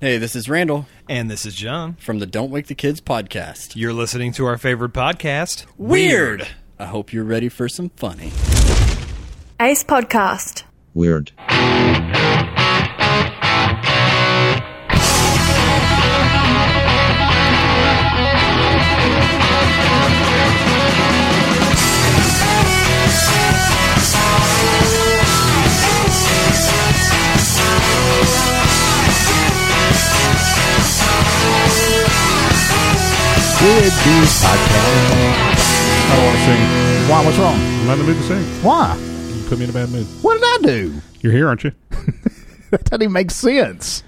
Hey, this is Randall And this is John. from the Don't Wake the Kids podcast. You're listening to our favorite podcast, I hope you're ready for some funny. Ace Podcast. Weird. Weird Dudes Podcast. I don't want to sing. Why? What's wrong? I'm not in the mood to sing. Why? You put me in a bad mood. What did I do? You're here, aren't you? That doesn't even make sense.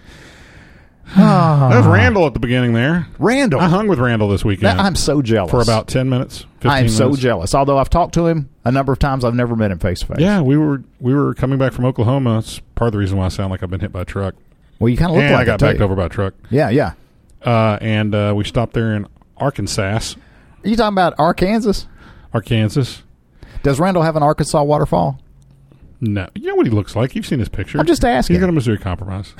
That Ah. was Randall at the beginning there. Randall. I hung with Randall this weekend. Now, I'm so jealous. Uh-huh. for about ten minutes. 15 I am so minutes. jealous. Although I've talked to him a number of times, I've never met him face to face. Yeah, we were we were coming back from Oklahoma. It's part of the reason why I sound like I've been hit by a truck. Well, you kind of look and like I got it, too. backed over by a truck. Yeah, yeah. Uh, and uh, we stopped there in Arkansas, Are you talking about Arkansas? Arkansas. Does Randall have an Arkansas waterfall? No, you know what he looks like. You've seen his picture. I'm just asking. He's got a Missouri Compromise.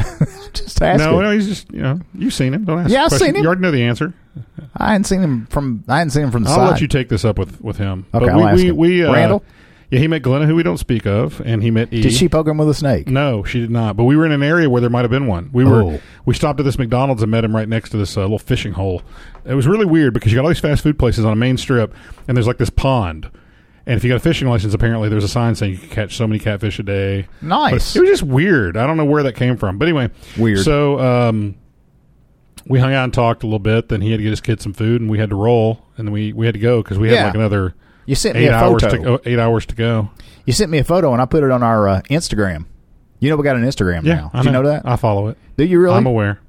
Just asking. no, no, he's just you know you've seen him. Don't ask. Yeah, the I've question. seen him. You already know the answer. I hadn't seen him from. I hadn't seen him from the I'll side. let you take this up with with him. Okay, but we I'll ask we, him. we uh, Randall? Yeah, he met Glenna, who we don't speak of, and he met E. Did she poke him with a snake? No, she did not. But we were in an area where there might have been one. We were Oh. we stopped at this McDonald's and met him right next to this uh, little fishing hole. It was really weird because you got all these fast food places on a main strip, and there's like this pond. And if you got a fishing license, apparently there's a sign saying you can catch so many catfish a day. Nice. But it was just weird. I don't know where that came from. But anyway, Weird. So um, we hung out and talked a little bit. Then he had to get his kid some food, and we had to roll, and then we we had to go because we had Yeah. like another You sent me eight a hours photo. to go, eight hours to go. You sent me a photo and I put it on our uh, Instagram. You know we got an Instagram Yeah, now. I Do you know that? I follow it. Do you really? I'm aware.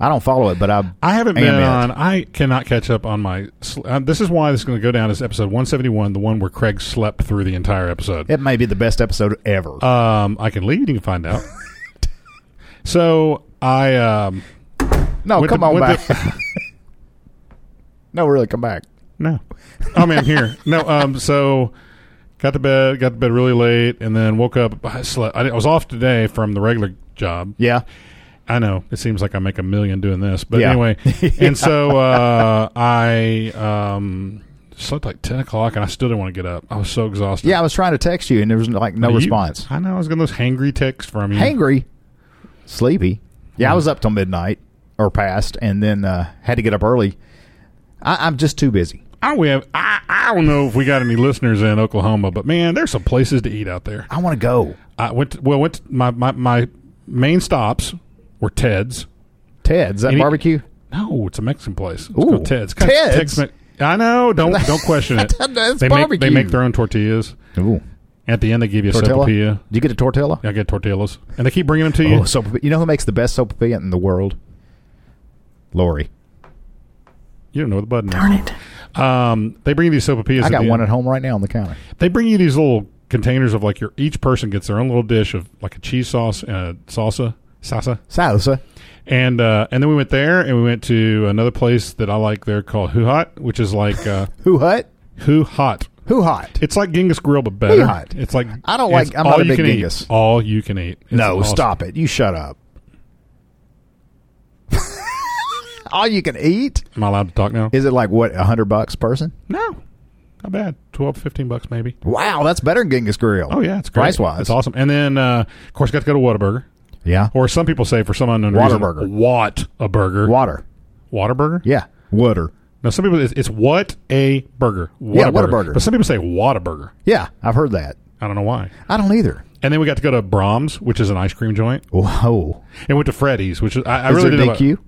I don't follow it, but I. I haven't am been it. on. I cannot catch up on my. sl- Uh, this is why this is going to go down as episode 171, the one where Craig slept through the entire episode. It may be the best episode ever. Um, I can lead. You can find out. so I um, no, went Oh, come to- on went back. to- no, really, come back. No. I mean, I'm Oh, here. No. Um. So, got to bed. Got to bed really late, and then woke up. I slept. I, I was off today from the regular job. Yeah. I know it seems like I make a million doing this, but Yeah. anyway. And so uh, I um slept like ten o'clock, and I still didn't want to get up. I was so exhausted. Yeah, I was trying to text you, and there was like no You- response. I know. I was getting those hangry texts from you. Hangry, sleepy. Yeah, I was up till midnight or past, and then uh, had to get up early. I, I'm just too busy. I we have. I, I don't know if we got any listeners in Oklahoma, but man, there's some places to eat out there. I want to go. I went. To, well, went to my, my my main stops were Ted's. Ted's that Any- barbecue? No, it's a Mexican place. It's Ooh. called Ted's. Kind Ted's? I know. Don't don't question it. That's they make they barbecue. make their own tortillas. Ooh, At the end, they give you a tortilla. sopapilla. Did you get a tortilla? I get tortillas, and they keep bringing them to you. Oh, sopapilla. You know who makes the best sopapilla in the world? Lori. you don't know what the button is. Darn it. Um, they bring you these sopapillas. I got the one end. at home right now on the counter. They bring you these little containers of like your each person gets their own little dish of like a cheese sauce and a salsa salsa Salsa. and uh, and then we went there and we went to another place that I like there called Who Hot, which is like uh, Who hut? Who Hot. Who hot? It's like Genghis Grill, but better. hot. It's like I don't like- it's I'm not all a you big can eat. Genghis. All you can eat. It's no, awesome. stop it. You shut up. All you can eat? Am I allowed to talk now? Is it like what, a hundred bucks person? no, not bad. 12, 15 bucks maybe. Wow, that's better than Genghis Grill. Oh yeah, it's great. Price wise. it's awesome. And then uh, of course, got to go to Whataburger, Yeah. or some people say for some unknown Whataburger. reason, what a burger, Water. Whataburger. Yeah. Water. Now some people it's, it's what a burger, Yeah, Whataburger. Whataburger. But some people say Whataburger. Yeah, I've heard that. I don't know why. I don't either. And then we got to go to Brahms, which is an ice cream joint, Whoa. and went to Freddy's, which is, I, I Is really there didn't know- DQ?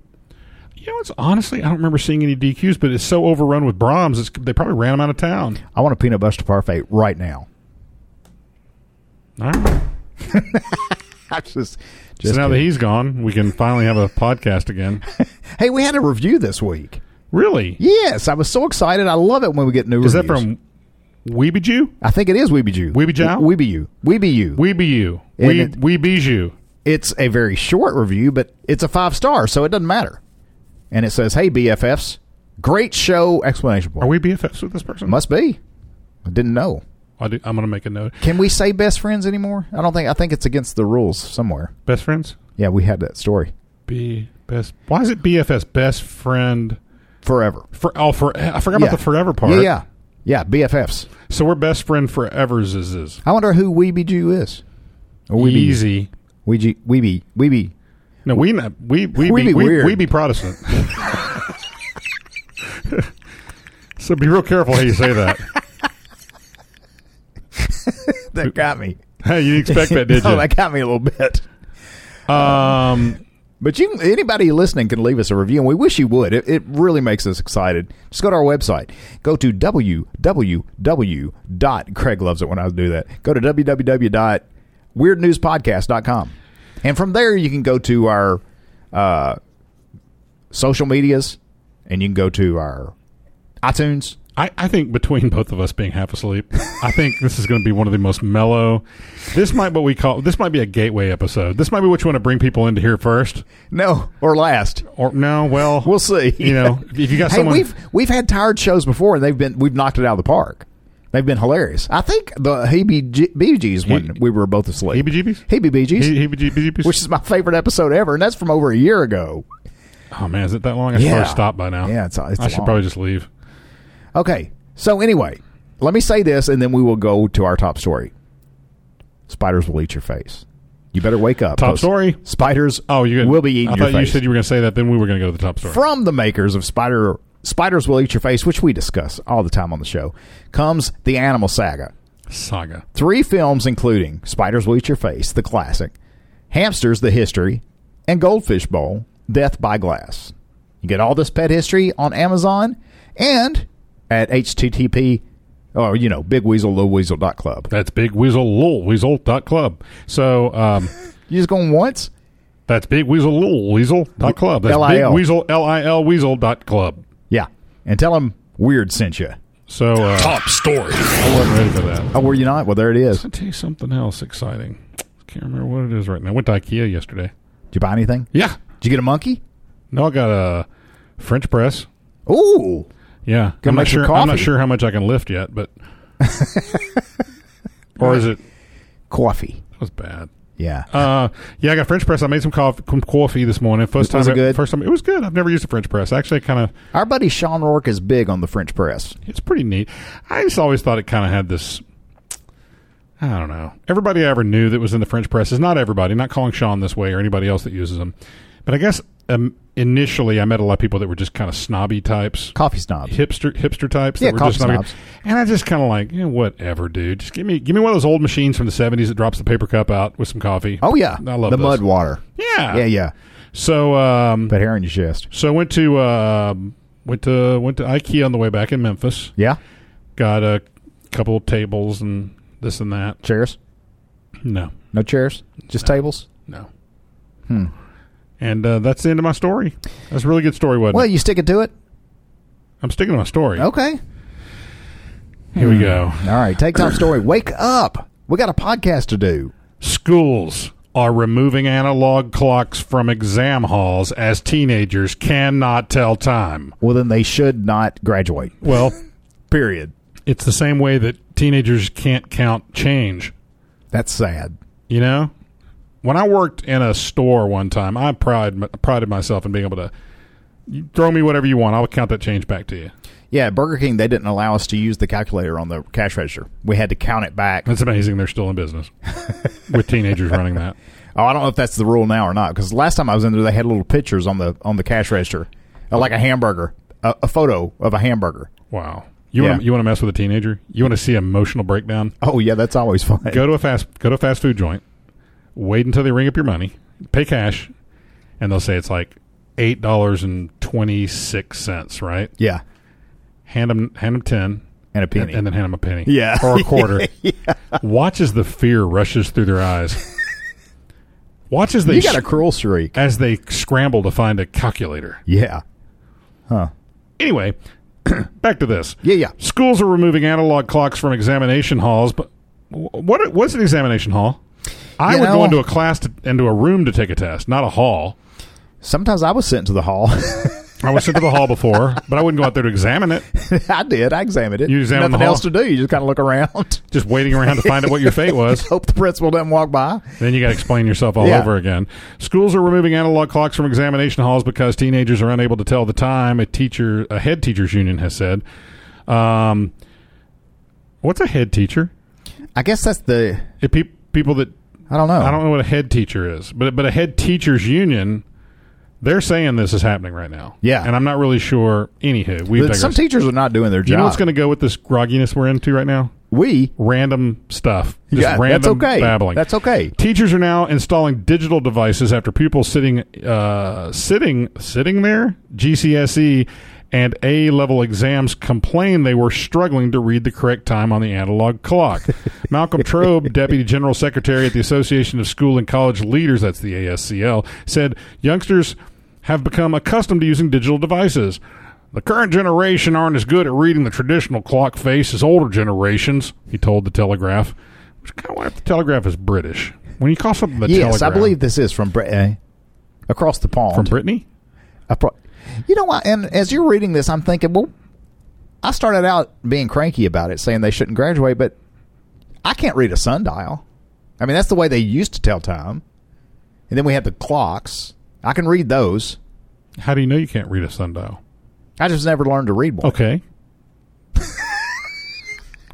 You know, it's honestly, I don't remember seeing any DQs, but it's so overrun with Brahms, it's, they probably ran them out of town. I want a peanut butter parfait right now. All right. I just, So just now that kidding. he's gone, we can finally have a podcast again. Hey, we had a review this week. Really? Yes, I was so excited. I love it when we get new Is that reviews. from Weeby Jew? I think it is Weeby Jew. Weeby Jow? Weeby You. Weeby You. Weeby You. And We, it- Weeby Jew. it's a very short review, but it's a five star, so it doesn't matter. And it says, "Hey BFFs, great show!" Explanation point. Are we BFFs with this person? Must be. I didn't know. I do, I'm going to make a note. Can we say best friends anymore? I don't think. I think it's against the rules somewhere. Best friends? Yeah, we had that story. B best. Why is it BFS? Best friend forever. for oh for I forgot Yeah. about the forever part. Yeah, yeah, yeah. BFFs. So we're best friend forever's is is I wonder who Weeby Jew is. Or Weeby. easy. Weeby. Weeby. Weeby. No, we not, we we We be, be we, weird. we be Protestant. so be real careful how you say that. That got me. Hey, you didn't expect that, did No, you? that got me a little bit. um, But you, anybody listening can leave us a review, and we wish you would. It, it really makes us excited. Just go to our website. Go to www. Craig loves it when I do that. Go to www.weirdnewspodcast.com. And from there, you can go to our uh, social medias, and you can go to our iTunes. I, I think between both of us being half asleep, I think this is going to be one of the most mellow. This might what we call this might be a gateway episode. This might be what you want to bring people into here first, No, or last. or no? Well, We'll see. You know, if you got hey, someone, we've we've had tired shows before, and they've been we've knocked it out of the park. They've been hilarious. I think the heebie-jeebies one we were both asleep. heebie-jeebies, Heebie-jeebies, He- heebie-jeebies. which is my favorite episode ever, and that's from over a year ago. oh man, is it that long? I should Yeah. probably stop by now. Yeah, it's- it's I should long. probably just leave. Okay, so anyway, let me say this, and then we will go to our top story. Spiders will eat your face. You better wake up. Top Post- story? Spiders. Oh, you're gonna, will be eating I your thought you face. said you were going to say that. Then we were going to go to the top story. from the makers of Spider Spiders Will Eat Your Face, which we discuss all the time on the show, comes the Animal Saga. Saga. Three films, including Spiders Will Eat Your Face, the classic, Hamsters, the history, and Goldfish Bowl, Death by Glass. You get all this pet history on Amazon and at HTTP, or, you know, bigweasellittleweasel.club. That's Big Weasel Lul Weasel dot club. So um, You just going once? that's Big Weasel Lul Weasel dot club. That's LIL. Big Weasel L I L Weasel dot club. Yeah. And tell them Weird sent you. So uh, top story. I wasn't ready for that. Oh, were you not? Well, there it is. I Did tell you something else exciting. Can't remember what it is right now. Went to IKEA yesterday. you buy anything? Yeah. Did you get a monkey? No, I got a French press. Ooh. Yeah. Gonna I'm not make your sure. I'm not coffee. sure how much I can lift yet, but or is it? Coffee. That was bad. Yeah. Uh, yeah, I got French press. I made some coffee, coffee this morning. First time, Was it good? First time, it was good. I've never used a French press. Actually, kind of, Our buddy Sean Rourke is big on the French press. it's pretty neat. I just always thought it kind of had this. I don't know. Everybody I ever knew that was in the French press is not everybody. Not calling Sean this way or anybody else that uses them, but I guess um, initially I met a lot of people that were just kind of snobby types. Coffee snob. hipster hipster types Yeah, that were just coffee not snobs. and I just kind of like eh, whatever, dude. Just give me give me one of those old machines from the seventies that drops the paper cup out with some coffee. Oh yeah, I love the those. mud water. Yeah, Yeah, yeah. So um, But hair in your chest. so I went to um went to went to IKEA on the way back in Memphis. Yeah, Got a couple of tables and this and that. chairs. No, No chairs. Just tables. no. Hmm. And uh, that's the end of my story. That's a really good story, wasn't Well, it? you stick it to it. I'm sticking to my story. Okay. Here we go. All right. Take time story. Wake up. We got a podcast to do. Schools are removing analog clocks from exam halls as teenagers cannot tell time. Well, then they should not graduate. Well, Period. it's the same way that teenagers can't count change, That's sad. you know? When I worked in a store one time, I pride, prided myself in being able to you throw me whatever you want. I'll count that change back to you. Yeah, at Burger King they didn't allow us to use the calculator on the cash register. We had to count it back. It's amazing they're still in business with teenagers running that. Oh, I don't know if that's the rule now or not. Because last time I was in there, they had little pictures on the on the cash register, uh, like a hamburger, a, a photo of a hamburger. Wow. You Yeah. want you want to mess with a teenager? You want to see emotional breakdown? Oh yeah, that's always fun. go to a fast go to a fast food joint, wait until they ring up your money, pay cash, and they'll say it's like eight dollars and twenty six cents, right? Yeah, Hand them hand them ten. and a penny. And, and then hand them a penny, Yeah. or a quarter. Watch as the fear rushes through their eyes. Watch as they you got a sc- cruel streak. as they scramble to find a calculator. Yeah, Anyway, back to this. yeah, yeah. Schools are removing analog clocks from examination halls, but wh- what what's an examination hall? I You would know- go into a class to, into a room to take a test, not a hall. Sometimes I was sent to the hall. I was sent to the hall before, but I wouldn't go out there to examine it. I did. I examined it. You examined Nothing the hall? else to do. You just kind of look around. Just waiting around to find out what your fate was. Hope the principal doesn't walk by. Then you got to explain yourself all Yeah. over again. Schools are removing analog clocks from examination halls because teenagers are unable to tell the time. A teacher, a head teachers union has said. Um, what's a head teacher? I guess that's the. If pe- people that I don't know. I don't know what a head teacher is, but but a head teachers union, they're saying this is happening right now. Yeah. and I'm not really sure. Anywho, we But some digress. teachers are not doing their job. you know what's going to go with this grogginess we're into right now? we Random stuff. Just Yeah, random that's okay. babbling. That's okay. Teachers are now installing digital devices after pupils sitting, uh, sitting, sitting there GCSE E and A level exams complain they were struggling to read the correct time on the analog clock. Malcolm Trobe, Deputy General Secretary at the Association of School and College Leaders, that's the ASCL, said youngsters have become accustomed to using digital devices. The current generation aren't as good at reading the traditional clock face as older generations, he told the Telegraph. Which kind of wonder if the Telegraph is British. When you call something the Yes, Telegraph, I believe this is from Brit- uh, across the pond. from Brittany. I pro- you know what? And as you're reading this, I'm thinking, well, I started out being cranky about it, saying they shouldn't graduate, but I can't read a sundial. I mean, that's the way they used to tell time. And then we had the clocks. I can read those. How do you know you can't read a sundial? I just never learned to read one. Okay.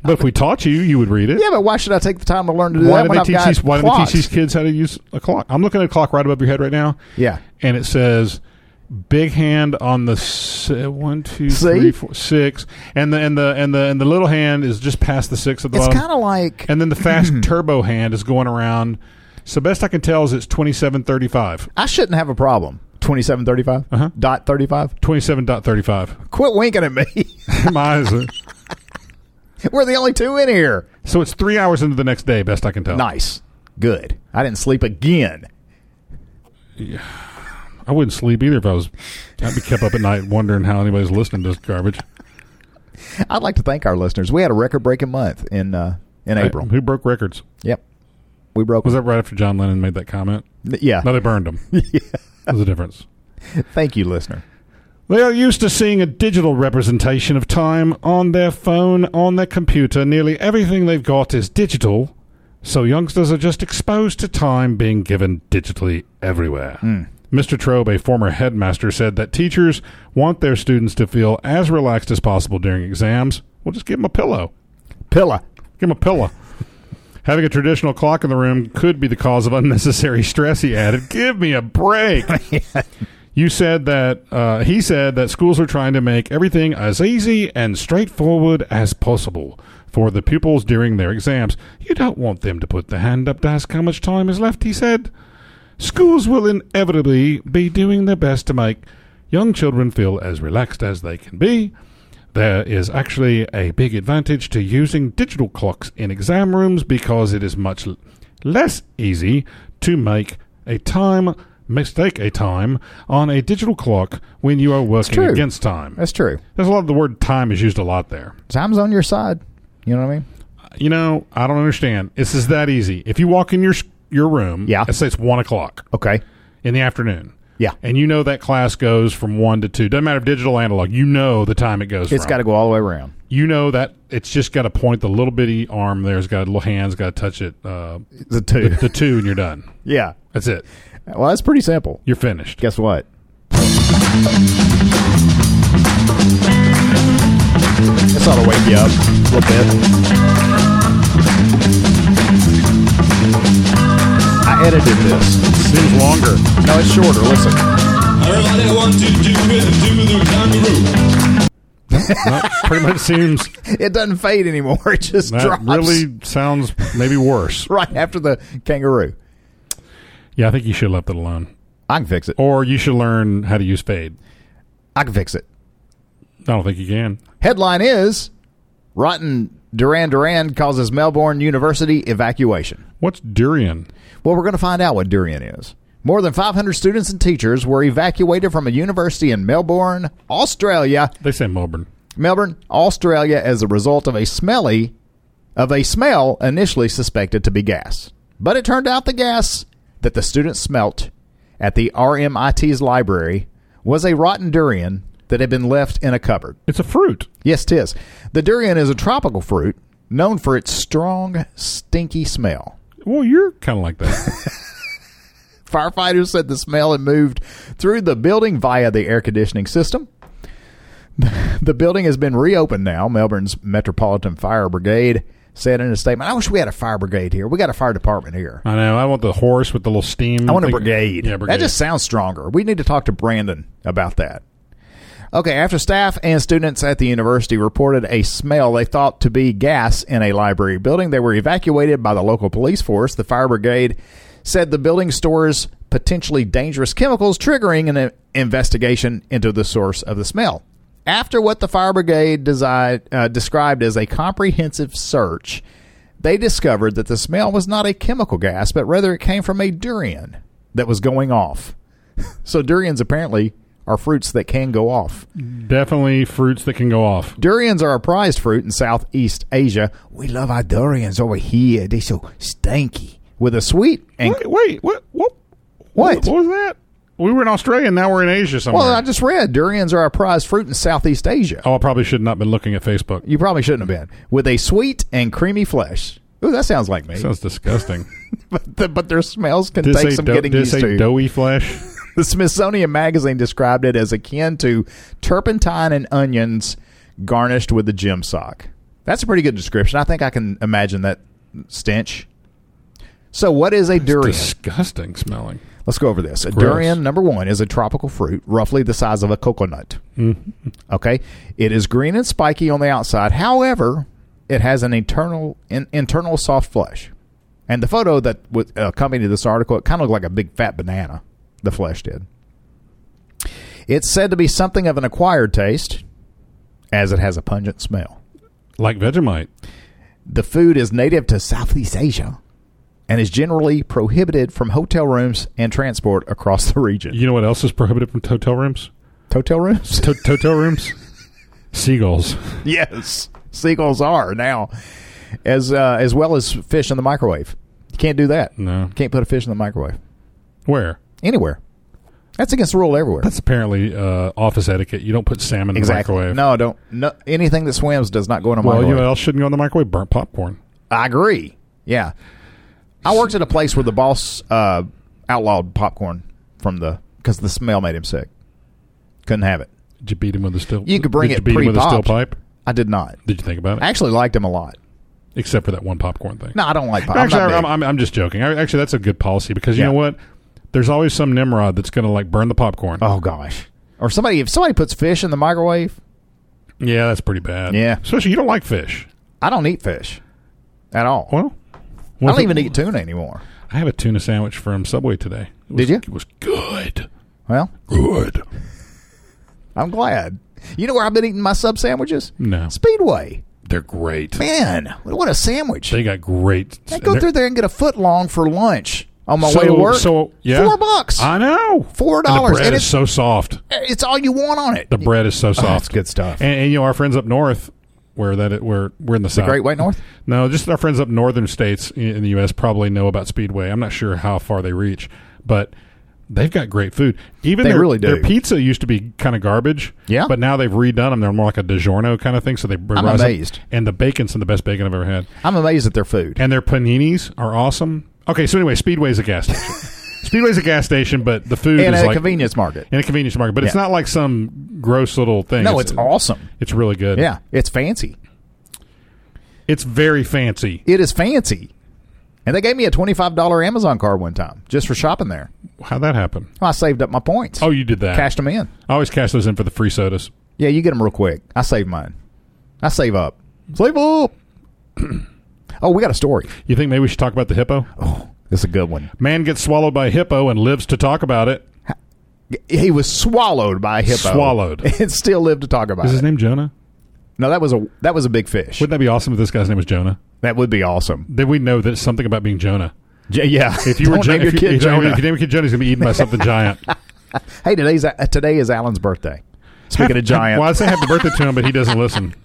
but if we taught you, you would read it. Yeah, but why should I take the time to learn to do that why do when they I've teach got these? Why do they teach clocks? these kids how to use a clock? I'm looking at a clock right above your head right now, Yeah. and it says "big hand" on the se- one, two, See? three, four, six, and the and the and the and the little hand is just past the six at the It's bottom. kind of like and then the fast turbo hand is going around. So best I can tell is it's 2735. I shouldn't have a problem. 2735? Uh-huh. Dot 35? 27.35. Quit winking at me. My eyes are- We're the only two in here. so it's three hours into the next day, best I can tell. Nice. Good. I didn't sleep again. I wouldn't sleep either if I was. I'd be kept up at night wondering how anybody's listening to this garbage. I'd like to thank our listeners. We had a record-breaking month in uh, in April. Who broke records? Yep, we broke. Was that right after John Lennon made that comment? yeah. No, they burned them. There's a difference. Thank you, listener. They are used to seeing a digital representation of time on their phone, on their computer. Nearly everything they've got is digital, so youngsters are just exposed to time being given digitally everywhere. Mr. Trobe, a former headmaster, said that teachers want their students to feel as relaxed as possible during exams. Well, just give them a pillow. Pilla. Give him a pillow. Having a traditional clock in the room could be the cause of unnecessary stress, he added. Give me a break. you said that, uh, he said that schools are trying to make everything as easy and straightforward as possible for the pupils during their exams. You don't want them to put their hand up to ask how much time is left, he said. Schools will inevitably be doing their best to make young children feel as relaxed as they can be. There is actually a big advantage to using digital clocks in exam rooms because it is much l- less easy to make a time mistake a time on a digital clock when you are working true. against time. That's true. There's a lot of the word time is used a lot there. Time's on your side. You know what I mean? You know, I don't understand. This is that easy. If you walk in your s- your room, Yeah. let's say it's one o'clock Okay. in the afternoon. Yeah. And you know that class goes from one to two. Doesn't matter if digital or analog. You know the time it goes. It's from. got to go all the way around. You know that it's just got to point the little bitty arm there. It's got a little hand's got to touch it. Uh, The two. the two and you're done. yeah. That's it. Well, that's pretty simple. You're finished. Guess what? This ought to wake you up a little bit. I edited this. Seems longer. No, it's shorter. Listen. Everybody want to do it, do the kangaroo. That pretty much seems It doesn't fade anymore. It just that drops really sounds maybe worse. right after the kangaroo. Yeah, I think you should have left it alone, I can fix it. or you should learn how to use fade. I can fix it. I don't think you can. Headline is Rotten Duran Duran causes Melbourne University evacuation. What's durian? Well, we're going to find out what durian is. More than 500 students and teachers were evacuated from a university in Melbourne, Australia, They say Melbourne. Melbourne, Australia, as a result of a smelly, of a smell initially suspected to be gas. But it turned out the gas that the students smelt at the RMIT's library was a rotten durian that had been left in a cupboard. It's a fruit. Yes, tis. The durian is a tropical fruit known for its strong, stinky smell. Well, you're kind of like that. Firefighters said the smell had moved through the building via the air conditioning system. The building has been reopened now. Melbourne's Metropolitan Fire Brigade said in a statement, "I wish we had a fire brigade here. We got a fire department here. I know. I want the horse with the little steam. I want a thing. brigade. Mm-hmm. Yeah, brigade. That just sounds stronger. We need to talk to Brandon about that. Okay, after staff and students at the university reported a smell they thought to be gas in a library building, they were evacuated by the local police force. The fire brigade said the building stores potentially dangerous chemicals, triggering an uh, investigation into the source of the smell. After what the fire brigade desi uh, described as a comprehensive search, they discovered that the smell was not a chemical gas, but rather it came from a durian that was going off. so durians apparently are fruits that can go off. definitely fruits that can go off. Durians are a prized fruit in Southeast Asia. We love our durians over here. They so stinky. With a sweet and Wait, wait, what? What? What? What was that? We were in Australia, and now we're in Asia somewhere. well, I just read durians are a prized fruit in Southeast Asia. oh, I probably should not have been looking at Facebook. You probably shouldn't have been. With a sweet and creamy flesh. Ooh, that sounds like me. Sounds disgusting. but, the, but their smells can Did it take say some dough- getting did it used say to. doughy flesh? The Smithsonian Magazine described it as akin to turpentine and onions garnished with a gym sock. That's a pretty good description. I think I can imagine that stench. So, what is a durian? Disgusting smelling. Let's go over this. A Gross. durian, number one, is a tropical fruit, roughly the size of a coconut. Mm-hmm. Okay, it is green and spiky on the outside. However, it has an internal in, internal soft flesh. And the photo that would accompanied this article, it kind of looked like a big fat banana. The flesh did. It's said to be something of an acquired taste, as it has a pungent smell. Like Vegemite. The food is native to Southeast Asia, and is generally prohibited from hotel rooms and transport across the region. You know what else is prohibited from hotel rooms? hotel rooms? To- hotel rooms? Seagulls. yes, seagulls are now, as uh, as well as fish in the microwave. You can't do that. No. Can't put a fish in the microwave Where? anywhere. That's against the rule everywhere. That's apparently uh, office etiquette. You don't put salmon in exactly. the microwave. No, don't. No, anything that swims does not go in a Well, microwave. you know what else shouldn't go in the microwave? Burnt popcorn. I agree. Yeah, I worked at a place where the boss uh, outlawed popcorn from the because the smell made him sick. Couldn't have it. Did you beat him with a steel? You could bring did it you beat him with a steel pre-popped. pipe. I did not. Did you think about it? I actually liked him a lot. Except for that one popcorn thing. No, I don't like popcorn. actually, I'm, I'm, I'm just joking. I, actually, that's a good policy because you Yeah. know what? There's always some Nimrod that's going to like burn the popcorn. Oh gosh. Or somebody if somebody puts fish in the microwave, Yeah, that's pretty bad. Yeah. especially you don't like fish. I don't eat fish at all. Well, I don't even eat tuna anymore. I have a tuna sandwich from Subway today. It was, Did you? It was good. Well, Good. I'm glad. You know where I've been eating my sub sandwiches? No, Speedway. they're great. Man, what a sandwich. They got great. I go through there and get a foot long for lunch on my way to work. So yeah, Four bucks. I know. Four And dollars. The bread And is it's- so soft. it's all you want on it. The bread is so soft. that's good stuff. And, and you know our friends up north, where that where we're in the, south. Great White North? No, just our friends up northern states in in the U.S. probably know about Speedway. I'm not sure how far they reach, but they've got great food. Even They their, really do. Their pizza used to be kind of garbage. Yeah. but now they've redone them. They're more like a DiGiorno kind of thing. So they I'm rise up. amazed. And the bacon's the best bacon I've ever had. I'm amazed at their food. And their paninis are awesome. Okay, so anyway, Speedway's a gas station. Speedway's a gas station, but the food And is at a like convenience market. in a convenience market, but it's Yeah. not like some gross little thing. No, it's awesome. It's really good. Yeah, it's fancy. It's very fancy. It is fancy. And they gave me a $25 Amazon card one time just for shopping there. How'd that happen? Well, I saved up my points. Oh, you did that. cashed them in. I always cash those in for the free sodas. Yeah, you get them real quick. I save mine. I save up. Save up. oh, we got a story. You think maybe we should talk about the hippo? This is a good one. Man gets swallowed by a hippo and lives to talk about it. He was swallowed by a hippo. Swallowed. And still lived to talk about Is it. his name Jonah? no, that was a that was a big fish. Wouldn't that be awesome if this guy's name was Jonah? that would be awesome. Then we know that it's something about being Jonah. J- yeah. If you were Don't Jonah, name your if you, kid if you- Jonah. if you name your kid Jonah, he's gonna be eaten by something giant. hey, today's uh, today is Alan's birthday. Speaking of giant. Well, I say happy birthday to him, but he doesn't listen.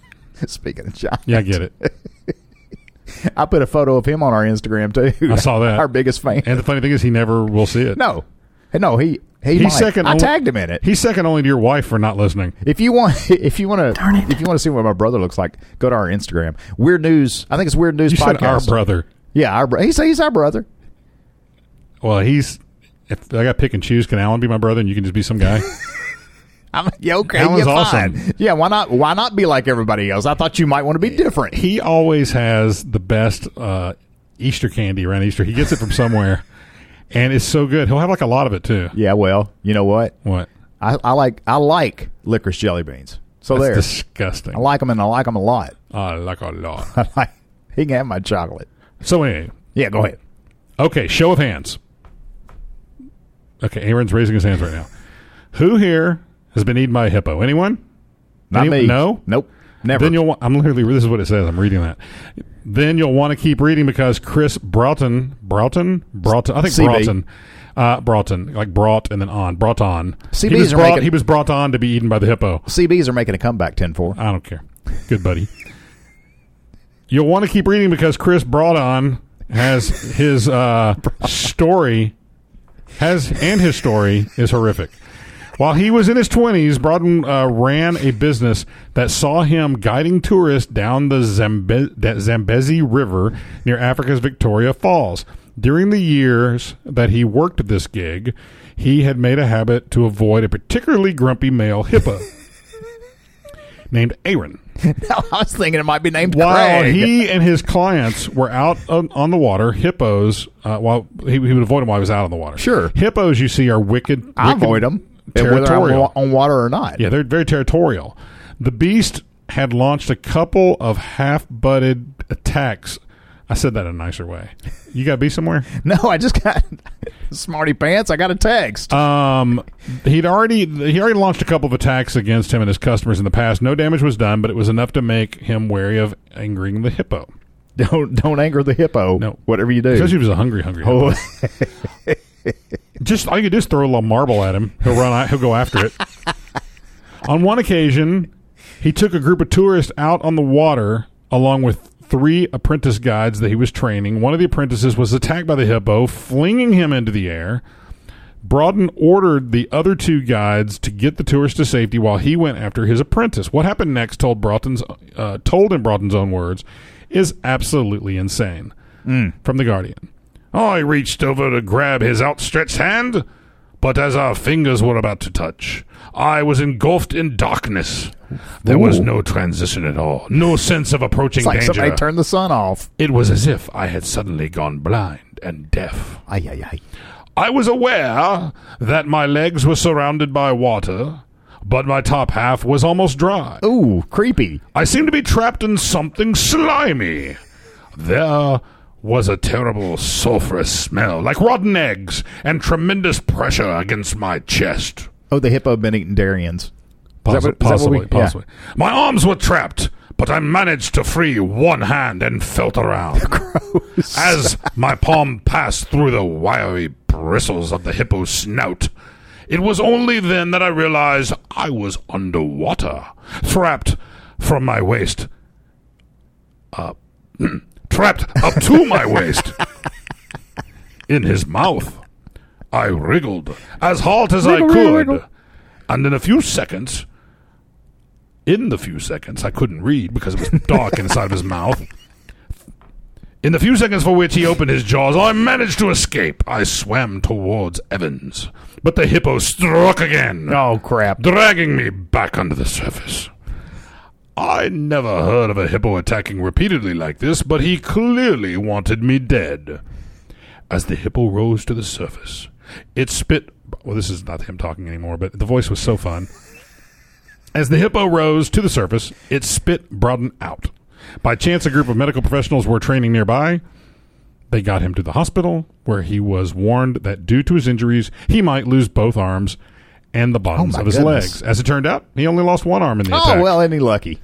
Speaking of giant. Yeah, I get it. I put a photo of him on our Instagram too. I saw that. our biggest fan. And the funny thing is, he never will see it. no. No, he He might. He's second. I only- tagged him in it. He's second only to your wife for not listening. If you want, if you want Darn to, it. if you want to see what my brother looks like, go to our Instagram. Weird news. I think it's Weird News You Podcast. said our brother. Yeah, our bro- he's he's our brother. Well, he's. If I got to pick and choose, can Alan be my brother and you can just be some guy? I'm yeah, okay. Alan's yeah, awesome. fine. Yeah, why not? Why not be like everybody else? I thought you might want to be different. he always has the best uh, Easter candy around Easter. He gets it from somewhere, and it's so good. He'll have like a lot of it too. Yeah, well, you know what? What? I, I like I like licorice jelly beans. So That's there, disgusting. I like them and I like them a lot. I like a lot. I like he can have my chocolate. So anyway, Yeah, go ahead. okay, show of hands. Okay, Aaron's raising his hands right now. Who here has been eaten by a hippo? Anyone? Not Any- me. No. Nope. Never. Then you'll. Wa- I'm literally. This is what it says. I'm reading that. Then you'll want to keep reading because Chris Broughton, Broughton, Broughton. I think CB. Broughton, uh, Broughton, like brought and then on, brought on. CBs he was are brought. making- he was brought on to be eaten by the hippo. CBs are making a comeback. Ten four. I don't care. Good buddy. You'll want to keep reading because Chris Broughton has his uh, story has and his story is horrific. While he was in his 20s, Broughton uh, ran a business that saw him guiding tourists down the Zambe- that Zambezi River near Africa's Victoria Falls. During the years that he worked this gig, he had made a habit to avoid a particularly grumpy male hippo named Aaron. I was thinking it might be named While Craig. Uh, he and his clients were out on, on the water, hippos. Uh, while he, he would avoid them while he was out on the water. Sure. hippos you see are wicked. I wicked avoid them whether I'm Territorial. wa- on water or not. yeah, they're very territorial. The beast had launched a couple of half-butted attacks. I said that in a nicer way. You got to be somewhere. No, I just got smarty pants. I got a text. Um, he'd already he already launched a couple of attacks against him and his customers in the past. No damage was done, but it was enough to make him wary of angering the hippo. don't don't anger the hippo. No. whatever you do. Especially if he's a hungry, hungry. hippo. Oh, just all you do is throw a little marble at him. He'll run. He'll go after it. on one occasion, he took a group of tourists out on the water along with three apprentice guides that he was training. One of the apprentices was attacked by the hippo, flinging him into the air. Broughton ordered the other two guides to get the tourist to safety while he went after his apprentice. What happened next, told Broughton's, uh, told in Broughton's own words, is absolutely insane. Hmm. From the Guardian. I reached over to grab his outstretched hand, but as our fingers were about to touch, I was engulfed in darkness. There was Ooh. no transition at all, no sense of approaching it's like danger. somebody turned the sun off. it was as if I had suddenly gone blind and deaf. Ay, ay, ay. I was aware that my legs were surrounded by water, but my top half was almost dry. Ooh, creepy. I seemed to be trapped in something slimy. There was a terrible sulfurous smell, like rotten eggs, and tremendous pressure against my chest. Oh, the hippo been eating darians. that what- is that what possibly, we- yeah. possibly. My arms were trapped, but I managed to free one hand and felt around. As my palm passed through the wiry bristles of the hippo's snout, it was only then that I realized I was underwater, trapped from my waist up, trapped up to my waist in his mouth. I wriggled as hard as I could, and in a few seconds, in the few seconds, I couldn't read because it was dark inside of his mouth. In the few seconds for which he opened his jaws, I managed to escape. I swam towards Evans, but the hippo struck again, Oh crap. dragging me back under the surface. I never heard of a hippo attacking repeatedly like this, but he clearly wanted me dead. As the hippo rose to the surface, it spit. Well, this is not him talking anymore, but the voice was so fun. As the hippo rose to the surface, it spit Broughton out. By chance, a group of medical professionals were training nearby. They got him to the hospital, where he was warned that due to his injuries, he might lose both arms and the bottoms Oh, my of his goodness. legs. As it turned out, he only lost one arm in the attack. Oh well, any lucky?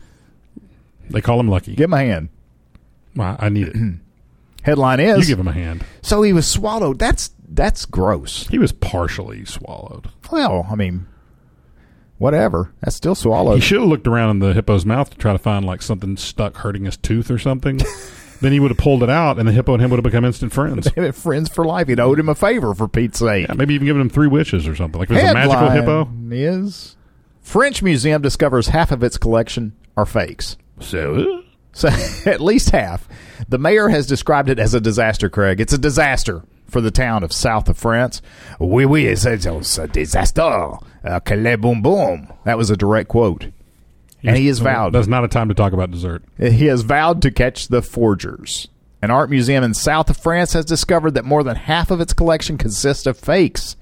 They call him Lucky. Give him a hand. Well, I need it. you Headline is give him a hand. so he was swallowed. That's that's gross. He was partially swallowed. Well, I mean, whatever. That's still He swallowed. should have looked around in the hippo's mouth to try to find like something stuck hurting his tooth or something. then you would have pulled it out, and the hippo and him would have become instant friends. Friends for life. You'd owed him a favor for Pete's sake. Yeah, maybe even giving him three wishes or something. Like if it's a magical hippo. is French museum discovers half of its collection are fakes. So uh, So at least half. The mayor has described it as a disaster, Craig. It's a disaster for the town of South of France. Oui, oui, it's, it's a disaster. Uh, Calais, boom, boom. That was a direct quote. And he is vowed. That's not a time to talk about dessert. He has vowed to catch the forgers. An art museum in south of France has discovered that more than half of its collection consists of fakes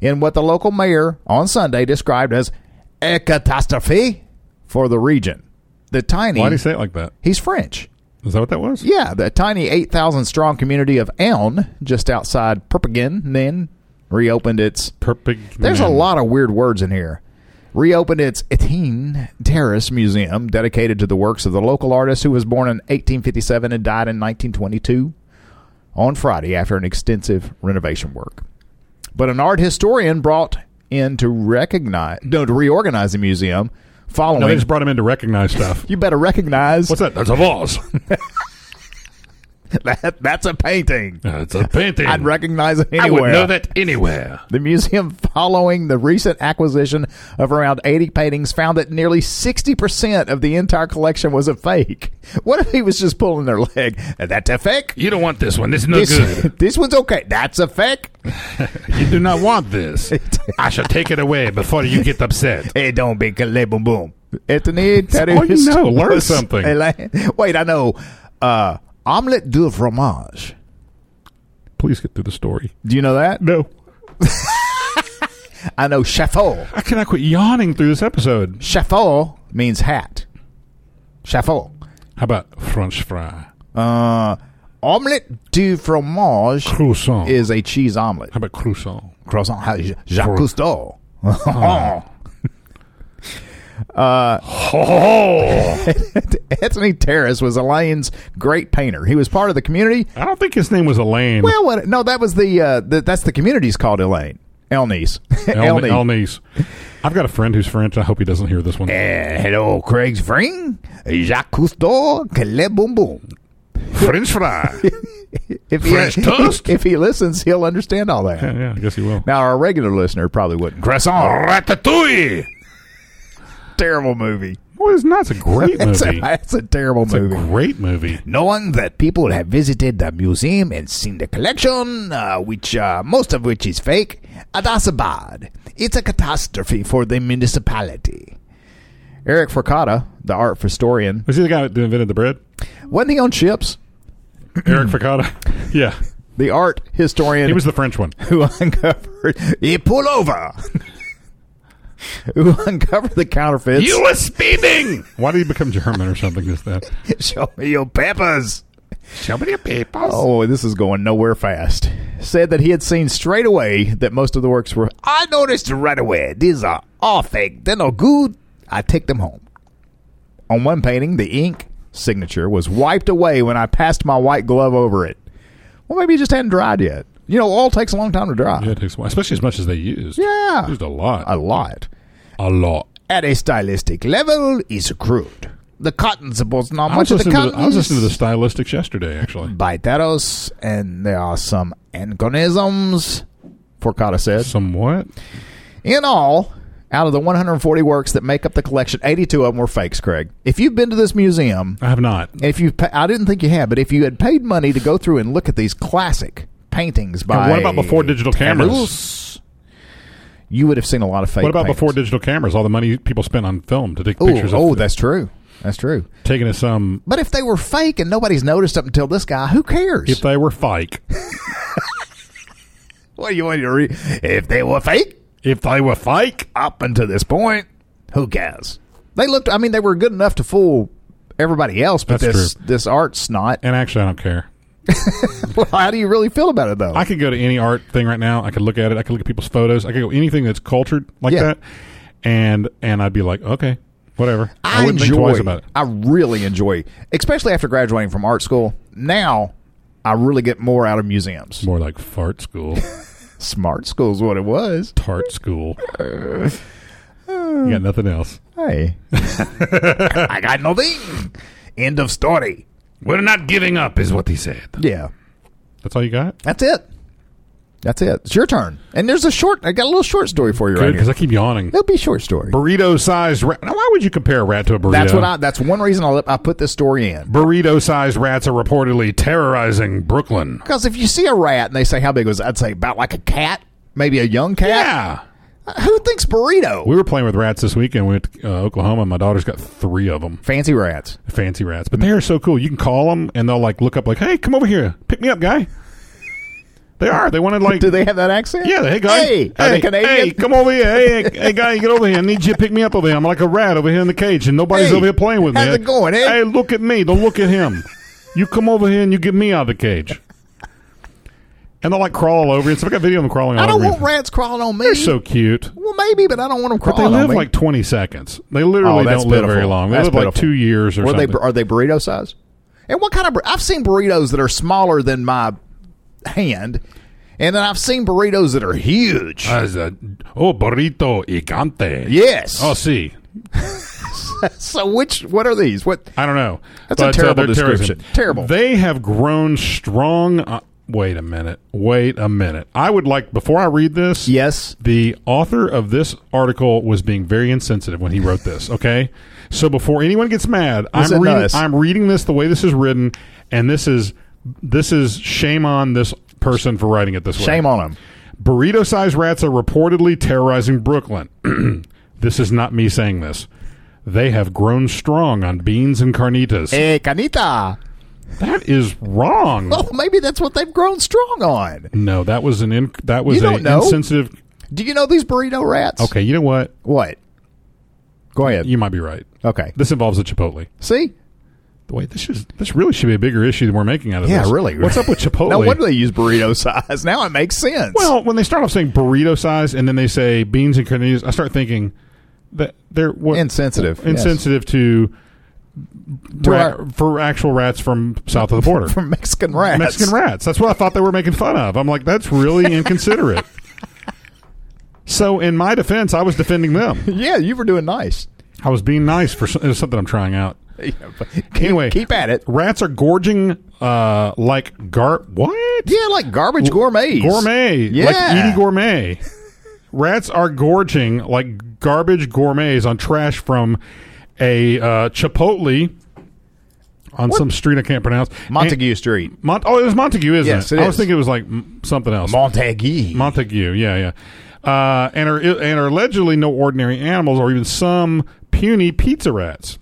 in what the local mayor on Sunday described as a catastrophe for the region. The tiny. Why do you say it like that? He's French. Is that what that was? Yeah, the tiny 8,000 strong community of Aon, just outside Perpignan, then reopened its Perfect. there's a lot of weird words in here. Reopened its Etienne Terrace Museum, dedicated to the works of the local artist who was born in 1857 and died in 1922, on Friday after an extensive renovation work. But an art historian brought in to recognize, no, to reorganize the museum following. No, they just brought him in to recognize stuff. you better recognize What's that? That's a vase. that, that's a painting. That's a painting. I'd recognize it anywhere. that anywhere. The museum, following the recent acquisition of around 80 paintings, found that nearly 60% of the entire collection was a fake. What if he was just pulling their leg? That's a fake. You don't want this one. This is no This, this one's okay. That's a fake. You do not want this. I shall take it away before you get upset. Hey, don't be Calais, boom boom. Anthony, that all you is- know. Learn something. Elaine- Wait, I know. Uh, omelette du fromage. Please get through the story. Do you know that? No. I know chafaud. I cannot quit yawning through this episode. Chafaud means hat. Chafaud. How about French fry? Uh, omelette du fromage Croissant. is a cheese omelet. How about croissant? Croissant, how- Jacques Cousteau. Oh! Anthony Terrace was Elaine's great painter. He was part of the community. I don't think his name was Elaine. Well, what, no, that was the, uh, the that's the community's called Elaine. Elnice. El- Elnice. Elnice. I've got a friend who's French. I hope he doesn't hear this one. Uh, hello, Craig's friend, Jacques Cousteau, Calais Boom Boom. French fry. If he, French toast? If he listens, he'll understand all that. yeah, yeah, I guess he will. Now, our regular listener probably wouldn't. Croissant, Ratatouille. terrible movie. Well, it's not. It's a great movie. That's It's a, a, that's a terrible movie. great movie. knowing that people have visited the museum and seen the collection, uh, which uh, most of which is fake, uh, that's bad. It's a catastrophe for the municipality. Eric Furcada, the art historian, Was he the guy that invented the bread? wasn't he on ships? Eric Ficata? Yeah. The art historian He was the French one. who uncovered he pull over, who uncovered the counterfeits. were speeding! Why did he become German or something? Is that? show me your peppers. Show me your papers. Oh, this is going nowhere fast. Said that he had seen straight away that most of the works were. I noticed right away. These are all fake. They're no good. I take them home. On one painting, the ink signature was wiped away when I passed my white glove over it. Well, maybe it just hadn't dried yet. You know, oil takes a long time to dry. Yeah, it takes a while, especially as much as they used. Yeah. used a lot, A lot. a lot. At a stylistic level, is crude. The cotton supports not I much was, of the listening to cotton. the, I was listening to the stylistics yesterday, actually. by Theros, and there are some anachronisms, Forcada said. Somewhat. In all, out of the 140 works that make up the collection, 82 of them were fakes, Craig. If you've been to this museum, I have not. and if you, pa- I didn't think you had, but if you had paid money to go through and look at these classic paintings by. what about before digital cameras? Terus, You would have seen a lot of fake. What about paintings. before digital cameras? All the money people spent on film to take Ooh, pictures. Oh, of that's true. That's true. taking us some. But if they were fake and nobody's noticed up until this guy, who cares? If they were fake, what you want you to read? If they were fake, if they were fake, up until this point, who cares? They looked. I mean, they were good enough to fool everybody else, but That's this true. this art snot. and actually, I don't care. Well, how do you really feel about it though? I could go to any art thing right now. I could look at it. I could look at people's photos. I could go anything that's cultured like Yeah. that, and and I'd be like, okay, whatever. I wouldn't enjoy. think twice about it. I really enjoy, especially after graduating from art school. Now, I really get more out of museums. More like fart school, Smart school is what it was. tart school. you got nothing else. Hey, I got nothing. End of story. We're not giving up, is what he said. Yeah. That's all you got? That's it. That's it. It's your turn. And there's a short. I got a little short story for you Good, right because here. I keep yawning. It'll be a short story. Burrito-sized rat. Now, why would you compare a rat to a burrito? That's what I. That's one reason I, I put this story in. Burrito-sized rats are reportedly terrorizing Brooklyn. Because if you see a rat and they say how big was, it?" I'd say about like a cat, maybe a young cat. Yeah. Yeah. Who thinks burrito? We were playing with rats this weekend. We went to uh, Oklahoma. My daughter's got three of them, Fancy rats. fancy rats. But they are so cool. You can call them, and they'll like look up, like, "Hey, come over here, pick me up, guy." They are. They wanted like, Do they have that accent? yeah, hey guy, Hey, are they Canadian? hey, come over here, hey, hey, hey, guy, get over here. I need you to pick me up over here. I'm like a rat over here in the cage, and nobody's Hey, over here playing with me. how's it going, eh? Hey, look at me. Don't look at him. you come over here and you get me out of the cage. And they'll like crawl all over you. So I got video of them crawling all I don't over you. want rats crawling on me. They're so cute. well, maybe, but I don't want them But they crawling on live me. like 20 seconds. They literally Oh, that's don't live very pitiful. long. They That's live like pitiful. two years or Were they something. are they burrito size? And what kind of bur- I've seen burritos that are smaller than my hand, and then I've seen burritos that are huge. As a- oh, burrito gigante. yes. Oh, see. so which what are these? What I don't know. uh, That's a terrible they're terrorism. description. Terrible. They have grown strong. Uh, wait a minute. Wait a minute. I would like, before I read this, Yes. the author of this article was being very insensitive when he wrote this, okay? So before anyone gets mad, Was I'm it reading, nice? I'm reading this the way this is written, and this is this is shame on this person for writing it this way. Shame on them. Burrito sized rats are reportedly terrorizing Brooklyn. this is not me saying this. They have grown strong on beans and carnitas. Eh, canita. that is wrong. Well, Oh, maybe that's what they've grown strong on. No, that was an in, that was You a don't know. insensitive. Do you know these burrito rats? Okay, you know what? What? Go ahead. You might be right. okay. This involves a Chipotle. See? Wait, this is this really should be a bigger issue than we're making out of Yeah, this. really. What's up with Chipotle? No wonder they use burrito size. Now it makes sense. well, when they start off saying burrito size and then they say beans and carnitas, I start thinking that they're what, Insensitive, yes. insensitive to, To rat- our- for actual rats from south of the border, from Mexican rats. Mexican rats. That's what I thought they were making fun of. I'm like, that's really inconsiderate. So, in my defense, I was defending them. Yeah, you were doing nice. I was being nice for some- it was something I'm trying out. keep, Anyway, keep at it. Rats are gorging uh, like gar what? Yeah, like garbage gourmets. Gourmet. Like Yeah. Edie Gourmet. Rats are gorging like garbage gourmets on trash from a uh, Chipotle on some street I can't pronounce. Montague Street. And- Mont- oh, it was Montague, isn't Yes, it? it I was is. thinking it was like m- something else. Montague. Montague, yeah, yeah. Uh, and, are, and are allegedly no ordinary animals or even some puny pizza rats.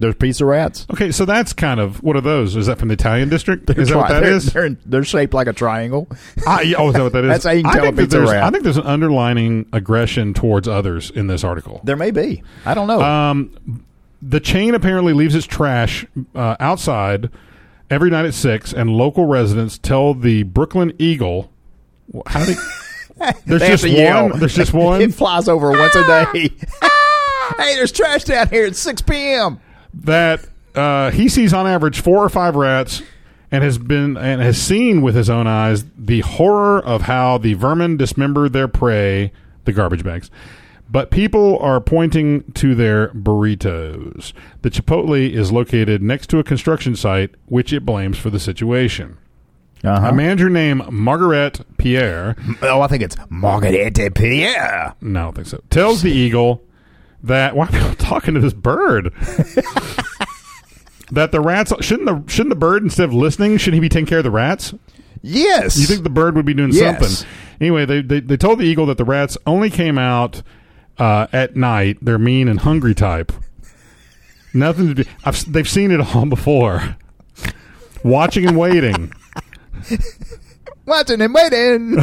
There's pizza rats. Okay, so that's kind of what are those? Is that from the Italian district? Is that what Tri- that they're, is? They're, they're shaped like a triangle. Ah, yeah, oh, is that what that is? That's how you can I tell think if that it's a there's- rat. I think there's an underlining aggression towards others in this article. There may be. I don't know. Um, the chain apparently leaves its trash uh, outside every night at six, and local residents tell the Brooklyn Eagle. wh- How do they? There's They have just to one. yell. There's just one. It flies over once a day. hey, there's trash down here at 6 p.m. that uh, he sees on average four or five rats and has been and has seen with his own eyes the horror of how the vermin dismember their prey, the garbage bags. But people are pointing to their burritos. The Chipotle is located next to a construction site, which it blames for the situation. A manager named Margaret Pierre Oh, I think it's Margarete Pierre. no, I don't think so. Tells the eagle that why are people talking to this bird? that the rats shouldn't the shouldn't the bird instead of listening should he be taking care of the rats? Yes. You think the bird would be doing Yes. something? Anyway, they, they they told the eagle that the rats only came out uh, at night. They're mean and hungry type. Nothing to do. I've, s- they've seen it all before. Watching and waiting. Watching and waiting. the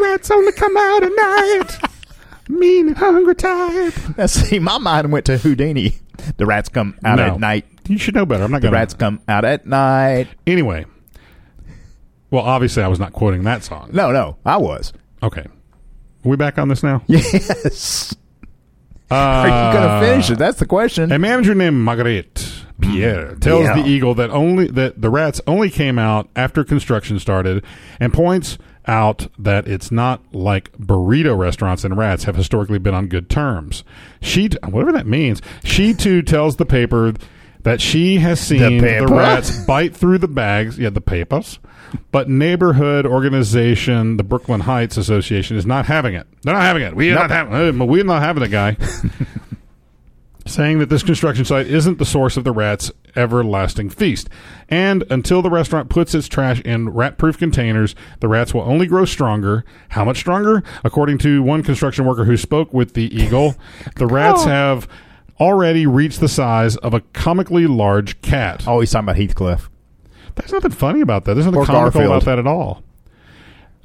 rats only come out at night. Mean and hungry type. now, see, my mind went to Houdini. The rats come out No. at night. You should know better. I'm not The going to. rats come out at night. Anyway, well, obviously, I was not quoting that song. No, no, I was. Okay, we back on this now. Yes. Uh, Are you going to finish it? That's the question. Mm. A manager named Marguerite Pierre tells Yeah. the Eagle that only that the rats only came out after construction started, and points out that it's not like burrito restaurants and rats have historically been on good terms. She, t- whatever that means, she too tells the paper that she has seen the, paper? rats bite through the bags. Yeah, the papers. But neighborhood organization, the Brooklyn Heights Association, is not having it. They're not having it. We're not having. uh, We're not having it, guy. saying that this construction site isn't the source of the rat's everlasting feast. And until the restaurant puts its trash in rat proof containers, the rats will only grow stronger. How much stronger? According to one construction worker who spoke with the Eagle, the rats have already reached the size of a comically large cat. Oh, he's talking about Heathcliff. There's nothing funny about that. There's nothing Or comical Garfield. about that at all.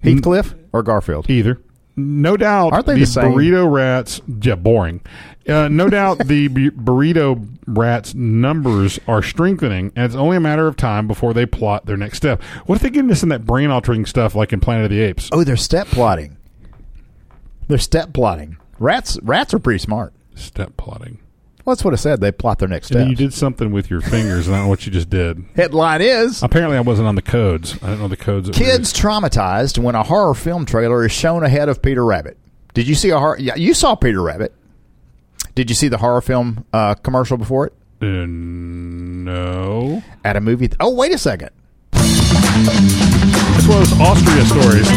Heathcliff or Garfield? Either. No doubt, Aren't they the these same? burrito rats. Yeah, boring. Uh, no doubt, the bu- burrito rats' numbers are strengthening, and it's only a matter of time before they plot their next step. What if they get this in that brain altering stuff, like in Planet of the Apes? Oh, they're step plotting. They're step plotting. Rats rats are pretty smart. Step plotting. Well, that's what I said. They plot their next And then step. you did something with your fingers, and I don't know what you just did. Headline is Apparently, I wasn't on the codes. I don't know the codes. that we Kids traumatized when a horror film trailer is shown ahead of Peter Rabbit. Did you see a horror? Yeah, you saw Peter Rabbit. Did you see the horror film uh, commercial before it were- Uh, no. at a movie? Th- oh, wait a second. It's one of those Austria stories.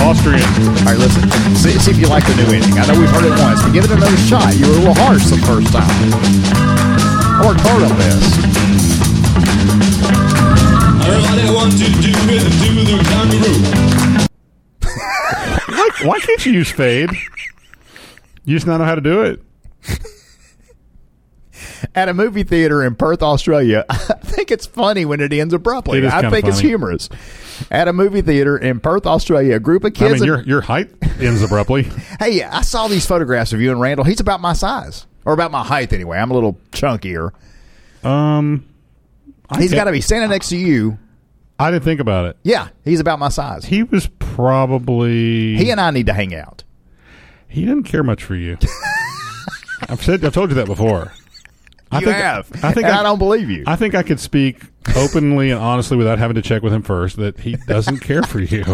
Austrian. All right, listen. See, see if you like the new ending. I know we've heard it once, but give it another shot. You were a little harsh the first time. I worked hard on this. I want to do is do the kangaroo. Why can't you use fade? You just not know how to do it. At a movie theater in Perth, Australia, I think it's funny when it ends abruptly. It is I kinda think it's funny. humorous. At a movie theater in Perth, Australia, a group of I kids. mean, and- your your height ends abruptly. Hey, I saw these photographs of you and Randall. He's about my size, or about my height anyway. I'm a little chunkier. Um, He's can't- got to be standing next to you. I didn't think about it. Yeah, he's about my size. He, He was probably and I need to hang out. he didn't care much for you. I've said I've told you that before. I you think, have. I think and I, I, don't believe you. I think I could speak openly and honestly without having to check with him first that he doesn't care for you.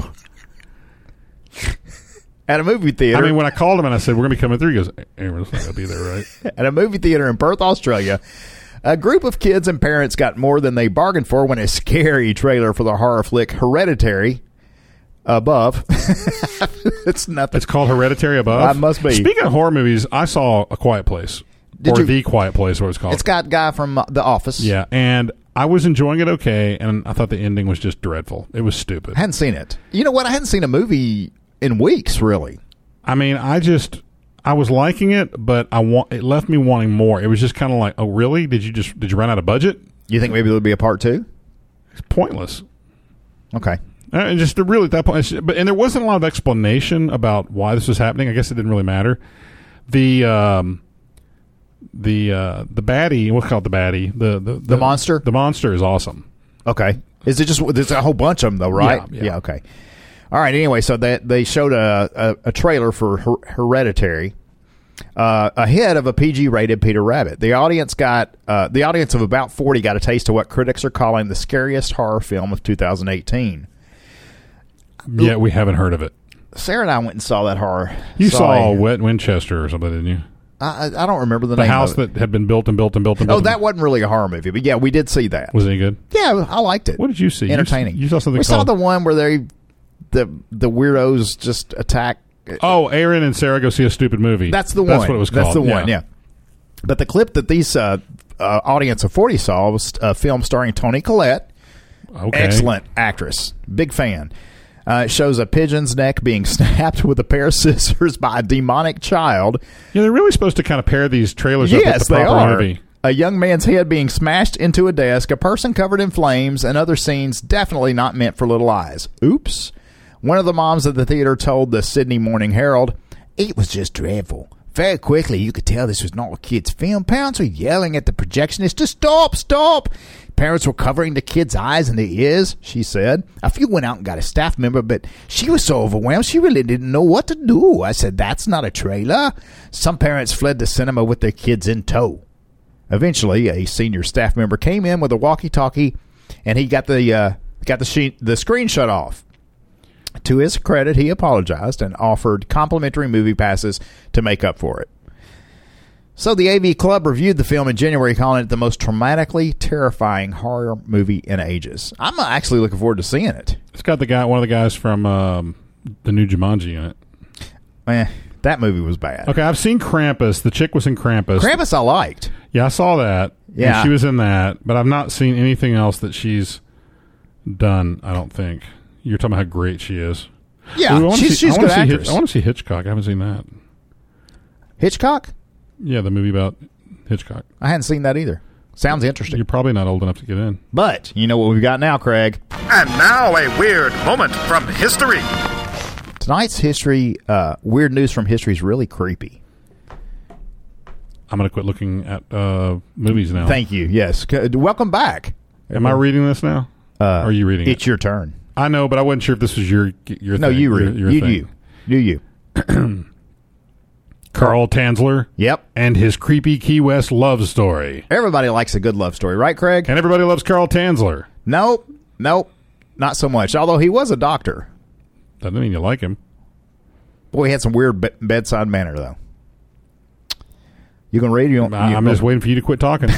at a movie theater. I mean, when I called him and I said we're going to be coming through, he goes, "Aaron's not going to be there, right?" at a movie theater in Perth, Australia, a group of kids and parents got more than they bargained for when a scary trailer for the horror flick Hereditary above. it's nothing. It's called Hereditary Above. I must be. Speaking of horror movies, I saw A Quiet Place Did or you- The Quiet Place, what it's called. It's got guy from uh, The Office. Yeah, and I was enjoying it okay, and I thought the ending was just dreadful. It was stupid. I hadn't seen it. You know what? I hadn't seen a movie in weeks, really. I mean, I just I was liking it, but I want it left me wanting more. It was just kind of like, oh, really? Did you just did you run out of budget? You think maybe there'll be a part two? It's pointless. Okay. Uh, And just the really at that point, it's- but and there wasn't a lot of explanation about why this was happening. I guess it didn't really matter. The um, the uh, the baddie, we'll call it the baddie, the the, the monster? the monster is awesome. Okay. Is it just there's a whole bunch of them though, right? Yeah, yeah. okay. All right. Anyway, so they they showed a a, a trailer for her, Hereditary. Uh, ahead of a PG-rated Peter Rabbit, the audience got uh, the audience of about forty got a taste of what critics are calling the scariest horror film of 2018. Yet we haven't heard of it. Sarah and I went and saw that horror. You saw a- Wet Winchester or something, didn't you? I, I I don't remember the, the name. house of it. that had been built and built and built and built. oh, and- that wasn't really a horror movie, but yeah, we did see that. was it any good. Yeah, I liked it. What did you see? You Entertaining. s- you saw something We saw called- the one where they the the weirdos just attack. Oh, Aaron and Sarah go see a stupid movie. That's the one. That's what it was called. That's the one. Yeah. But the clip that these uh, uh, audience of forty saw was a film starring Tony Collette, Okay. excellent actress, big fan. Uh, it shows a pigeon's neck being snapped with a pair of scissors by a demonic child. Yeah, they're really supposed to kind of pair these trailers up Yes, with the they proper are. movie. A young man's head being smashed into a desk, a person covered in flames, and other scenes definitely not meant for little eyes. Oops. One of the moms at the theater told the Sydney Morning Herald, It was just dreadful. Very quickly, you could tell this was not a kid's film. Parents were yelling at the projectionist to stop, stop. Parents were covering the kid's eyes and their ears, she said. A few went out and got a staff member, but she was so overwhelmed she really didn't know what to do. I said, That's not a trailer. Some parents fled the cinema with their kids in tow. Eventually, a senior staff member came in with a walkie-talkie, and he got the uh, got the she- the screen shut off. To his credit, he apologized and offered complimentary movie passes to make up for it. So the AV Club reviewed the film in January, calling it the most traumatically terrifying horror movie in ages. I'm actually looking forward to seeing it. It's got the guy, one of the guys from um, the new Jumanji in it. Eh, that movie was bad. Okay, I've seen Krampus. The chick was in Krampus. Krampus I liked. yeah, I saw that. Yeah. she was in that, but I've not seen anything else that she's done. I don't think you're talking about how great she is. Yeah, Ooh, I wanna she's, see- I she's a wanna good see Hitch- actress. I want to see Hitchcock. I haven't seen that. Hitchcock? Yeah, the movie about Hitchcock. I hadn't seen that either. Sounds interesting. You're probably not old enough to get in. But you know what we've got now, Craig. And now a weird moment from history. Tonight's history, uh, weird news from history is really creepy. I'm going to quit looking at uh, movies now. Thank you. Yes. C- uh, Welcome back. Am I reading this now? Uh, are you reading It's it? your turn. I know, but I wasn't sure if this was your your. No, thing, you your- read. your you thing. you. You you. Carl Tanzler. Yep. And his creepy Key West love story. Everybody likes a good love story, right, Craig? And everybody loves Carl Tanzler. Nope. Nope. Not so much. Although he was a doctor. Doesn't mean you like him. Boy, he had some weird be- bedside manner, though. You can read. You don't, I- you I'm don't- just waiting for you to quit talking.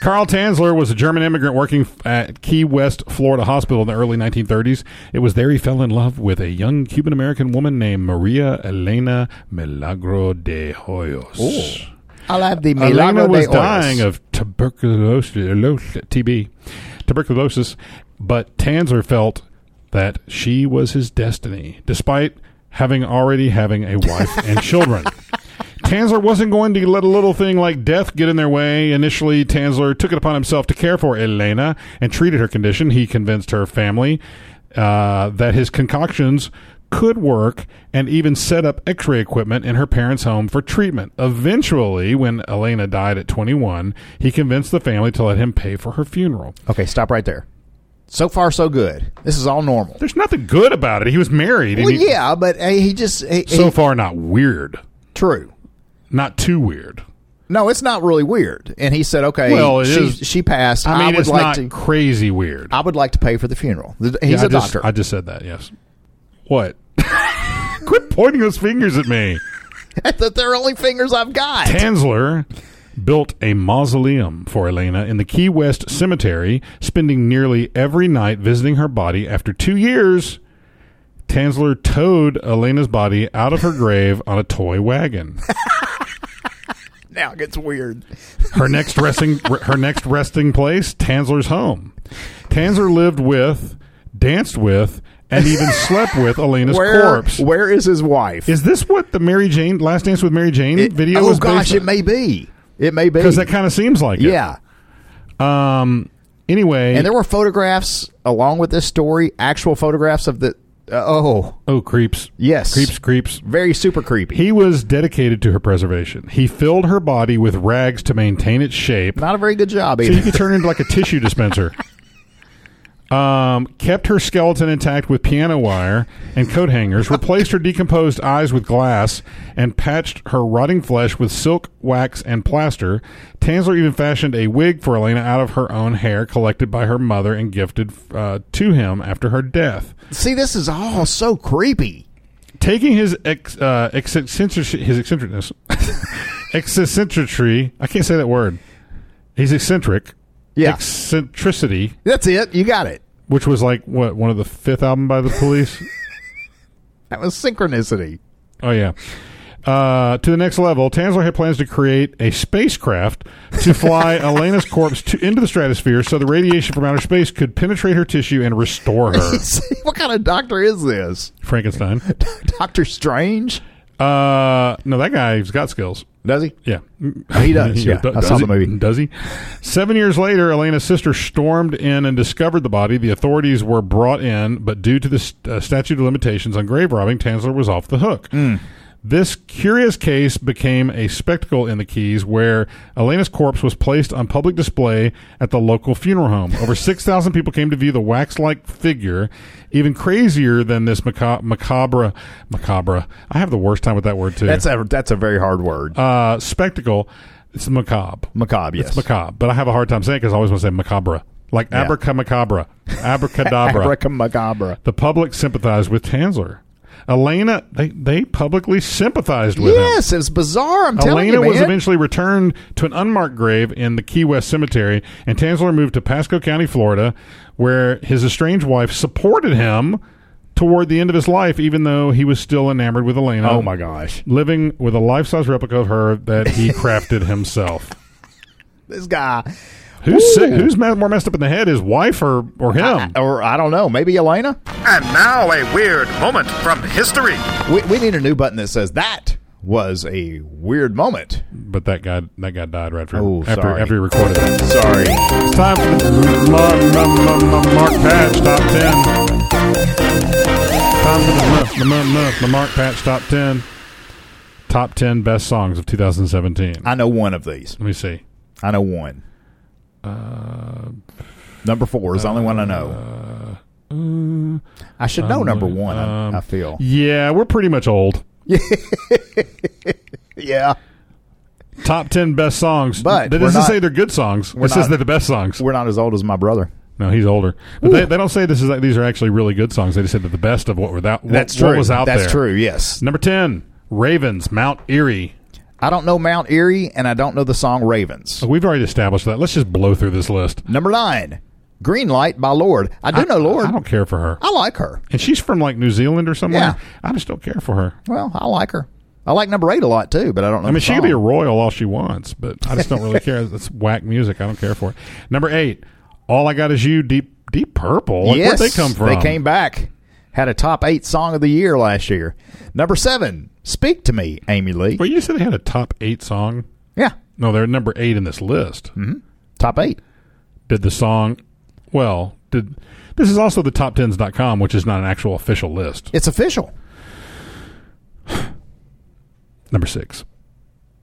Carl Tanzler was a German immigrant working f- at Key West, Florida hospital in the early 1930s. It was there he fell in love with a young Cuban American woman named Maria Elena Milagro de Hoyos. I'll have the Elena Milagro was de Hoyos. dying of tuberculosis, TB, tuberculosis, but Tanzler felt that she was his destiny, despite having already having a wife and children. Tanzler wasn't going to let a little thing like death get in their way. Initially, Tanzler took it upon himself to care for Elena and treated her condition. He convinced her family uh, that his concoctions could work and even set up x ray equipment in her parents' home for treatment. Eventually, when Elena died at 21, he convinced the family to let him pay for her funeral. Okay, stop right there. So far, so good. This is all normal. There's nothing good about it. He was married. and Well, he- yeah, but uh, he just he, So he- far, not weird. true. Not too weird. No, it's not really weird. And he said, "Okay, Well, it she, is- she passed. I mean, would it's like not to. crazy weird. I would like to pay for the funeral. The- He's Yeah, a I just, doctor. I just said that. Yes. What? Quit pointing those fingers at me. that they're only fingers I've got. Tanzler built a mausoleum for Elena in the Key West Cemetery, spending nearly every night visiting her body. After two years, Tanzler towed Elena's body out of her grave on a toy wagon. Now it gets weird. Her next resting her next resting place, Tanzler's home. Tanzler lived with, danced with, and even slept with Elena's Where corpse. where is his wife? Is this what the Mary Jane Last Dance with Mary Jane It- video Oh is gosh, based it may be. It may be. because that kind of seems like it. yeah. Um. Anyway, And there were photographs along with this story, actual photographs of the. Uh, oh, oh creeps. Yes. creeps, creeps. very super creepy. He was dedicated to her preservation. He filled her body with rags to maintain its shape, Not a very good job so either. you could turn into like a tissue dispenser. Um, kept her skeleton intact with piano wire and coat hangers, replaced her decomposed eyes with glass, and patched her rotting flesh with silk, wax, and plaster. Tanzler even fashioned a wig for Elena out of her own hair collected by her mother and gifted uh, to him after her death. See, this is all so creepy. taking his ex, uh, eccentric his eccentricness, eccentricity. I can't say that word. He's eccentric. Yeah. Eccentricity, That's it. You got it. which was like what one of the fifth album by the Police. That was synchronicity. oh yeah. Uh, to the next level, Tanzler had plans to create a spacecraft to fly Elena's corpse to, into the stratosphere so the radiation from outer space could penetrate her tissue and restore her. what kind of doctor is this? Frankenstein. Doctor Strange? Uh, no, that guy's got skills. Does he? Yeah. He does, yeah. I saw he? the movie. Does he? Seven years later, Elena's sister stormed in and discovered the body. The authorities were brought in, but due to the st- uh, statute of limitations on grave robbing, Tanzler was off the hook. Hmm. This curious case became a spectacle in the Keys where Elena's corpse was placed on public display at the local funeral home. Over 6,000 people came to view the wax like figure. Even crazier than this maca- macabre, macabre. I have the worst time with that word, too That's a that's a very hard word. uh, spectacle. It's macabre. macabre, yes. Macabre. But I have a hard time saying it because I always want to say macabre. Like Yeah. abracamacabra, abracadabra. Abracamacabra. the public sympathized with Tansler. Elena, they, they publicly sympathized with him. Yes, it was bizarre. I'm telling Elena you, man. was eventually returned to an unmarked grave in the Key West Cemetery, and Tansler moved to Pasco County, Florida, where his estranged wife supported him toward the end of his life, even though he was still enamored with Elena. oh my gosh, Living with a life size replica of her that he crafted himself. this guy, Who's sick? Who's ma- more messed up in the head, his wife or, or him? or I don't know, maybe Elena. And now a weird moment from history. We, we need a new button that says that was a weird moment. but that guy that guy died right after, Oh, after, sorry. after he recorded that. Sorry. It's time for the Mark, Mark, Mark, Mark Patch Top 10. Time for the Mark, the Mark, Mark, the Mark Patch Top 10. Top 10 best songs of 2017. Let I know one of these. me see. I know one. Uh, number four is the only one I know. Mm. I should know number one. I- um, I feel. Yeah, we're pretty much old. Yeah, Top 10 best songs. But that we're doesn't not- say they're good songs. It we're says not- they're the best songs. we're not as old as my brother. No, he's older. But they, they don't say this is these are actually really good songs. They just said that the best of what were that what, That's what true. was out That's there. true. Yes. Number 10, Ravens, Mount Erie. I don't know Mount Erie, and I don't know the song Ravens. Oh, We've already established that. Let's just blow through this list. Number nine, Green Light by Lord. I do know Lord. I don't care for her. I like her. And she's from like New Zealand or somewhere. Yeah. I just don't care for her. Well, I like her. I like number eight a lot too, but I don't know. I mean, the she song. could be a royal all she wants, but I just don't really care. That's whack music. I don't care for it. Number eight, All I Got Is You, Deep Deep Purple. Like, yes, Where'd they come from? They came back. Had a top eight song of the year last year. Number seven, Speak to Me, Amy Lee. But you said they had a top eight song. Yeah, No, they're number eight in this list. top eight. Did the song, well, did this is also the top tens.com, which is not an actual official list. It's official. Number six,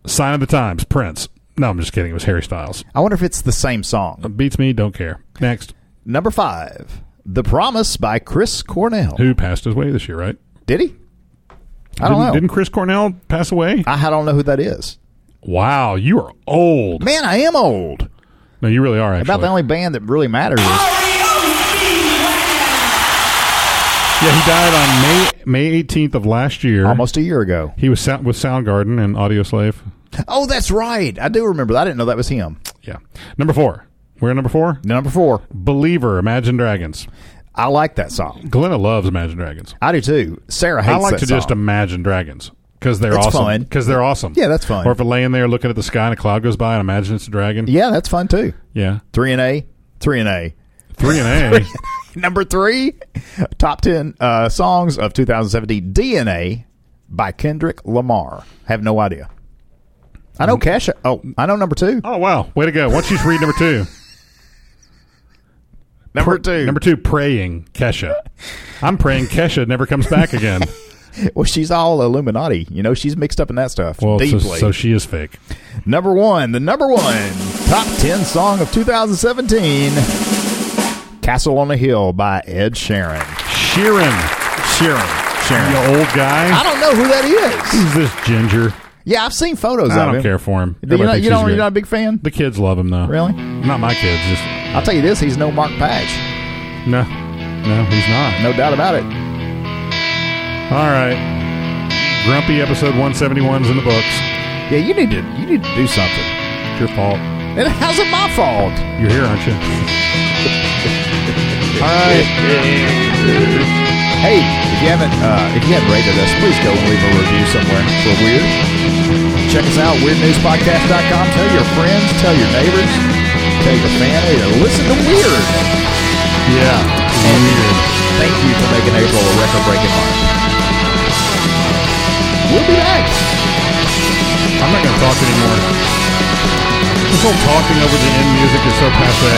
Sign of the Times, Prince. No, I'm just kidding. It was Harry Styles. Uh, I wonder if it's the same song. Beats me, don't care. Next. Number five, The Promise by Chris Cornell. who passed away this year, right? Did he? I don't didn't, know. Didn't Chris Cornell pass away? I, I don't know who that is. wow, you are old. Man, I am old. No, you really are. Actually, About the only band that really matters. Is, yeah, he died on May May eighteenth of last year. almost a year ago. He was sound, with Soundgarden and Audio Slave. Oh, that's right. I do remember that. I didn't know that was him. Yeah, number four. We're at number four. Number four, Believer, Imagine Dragons. I like that song. Glenna loves Imagine Dragons. I do too. Sarah hates I like that to song. just imagine dragons because they're That's awesome. fun. Because they're awesome. Yeah, that's fun. Or if you're laying there looking at the sky and a cloud goes by and imagine it's a dragon. yeah, that's fun too. Yeah. Three and A, three and A. Three and A. Number three, top ten uh, songs of 2017 DNA by Kendrick Lamar. Have no idea. I Mm. know Cash. Oh, I know number two. oh wow, way to go! Why don't you just read number two? Number two. Number two, praying Kesha. I'm praying Kesha never comes back again. Well, she's all Illuminati. You know, she's mixed up in that stuff Well, so, deeply. so she is fake. number one, the number one top ten song of 2017, "Castle on a Hill" by Ed Sheeran. Sheeran, Sheeran, you Sheeran. old I guy. don't know who that is. He's this ginger. Yeah, I've seen photos. I of don't him. care for Do him. you Everybody not, thinks you he's don't, great. you're not a big fan. The kids love him though. Really? Not my kids. Just I'll tell you this: he's no Mark Patch, no, no, he's not. no doubt about it. All right. Grumpy episode 171's in the books. Yeah, you need to you need to do something. It's your fault. And how's it my fault? You're here, aren't you? All right. Hey, if you haven't uh, if you haven't rated us, please go and leave a review somewhere for Weird. Check us out, WeirdNewsPodcast.com. Tell your friends, tell your neighbors, tell your family to listen to Weird. Yeah, and Thank you for making April a record-breaking month. We'll be back. I'm not going to talk anymore. This whole talking over the end music is so passe.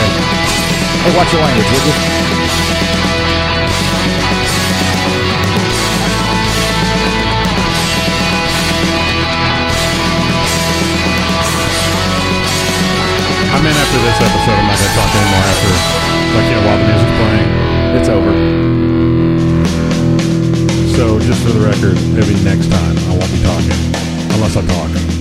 Hey, watch your language, would you? I'm in after this episode. I'm not going to talk anymore after, like, you know, while the music's playing. It's over. So, just for the record, maybe next time I won't be talking unless I talk.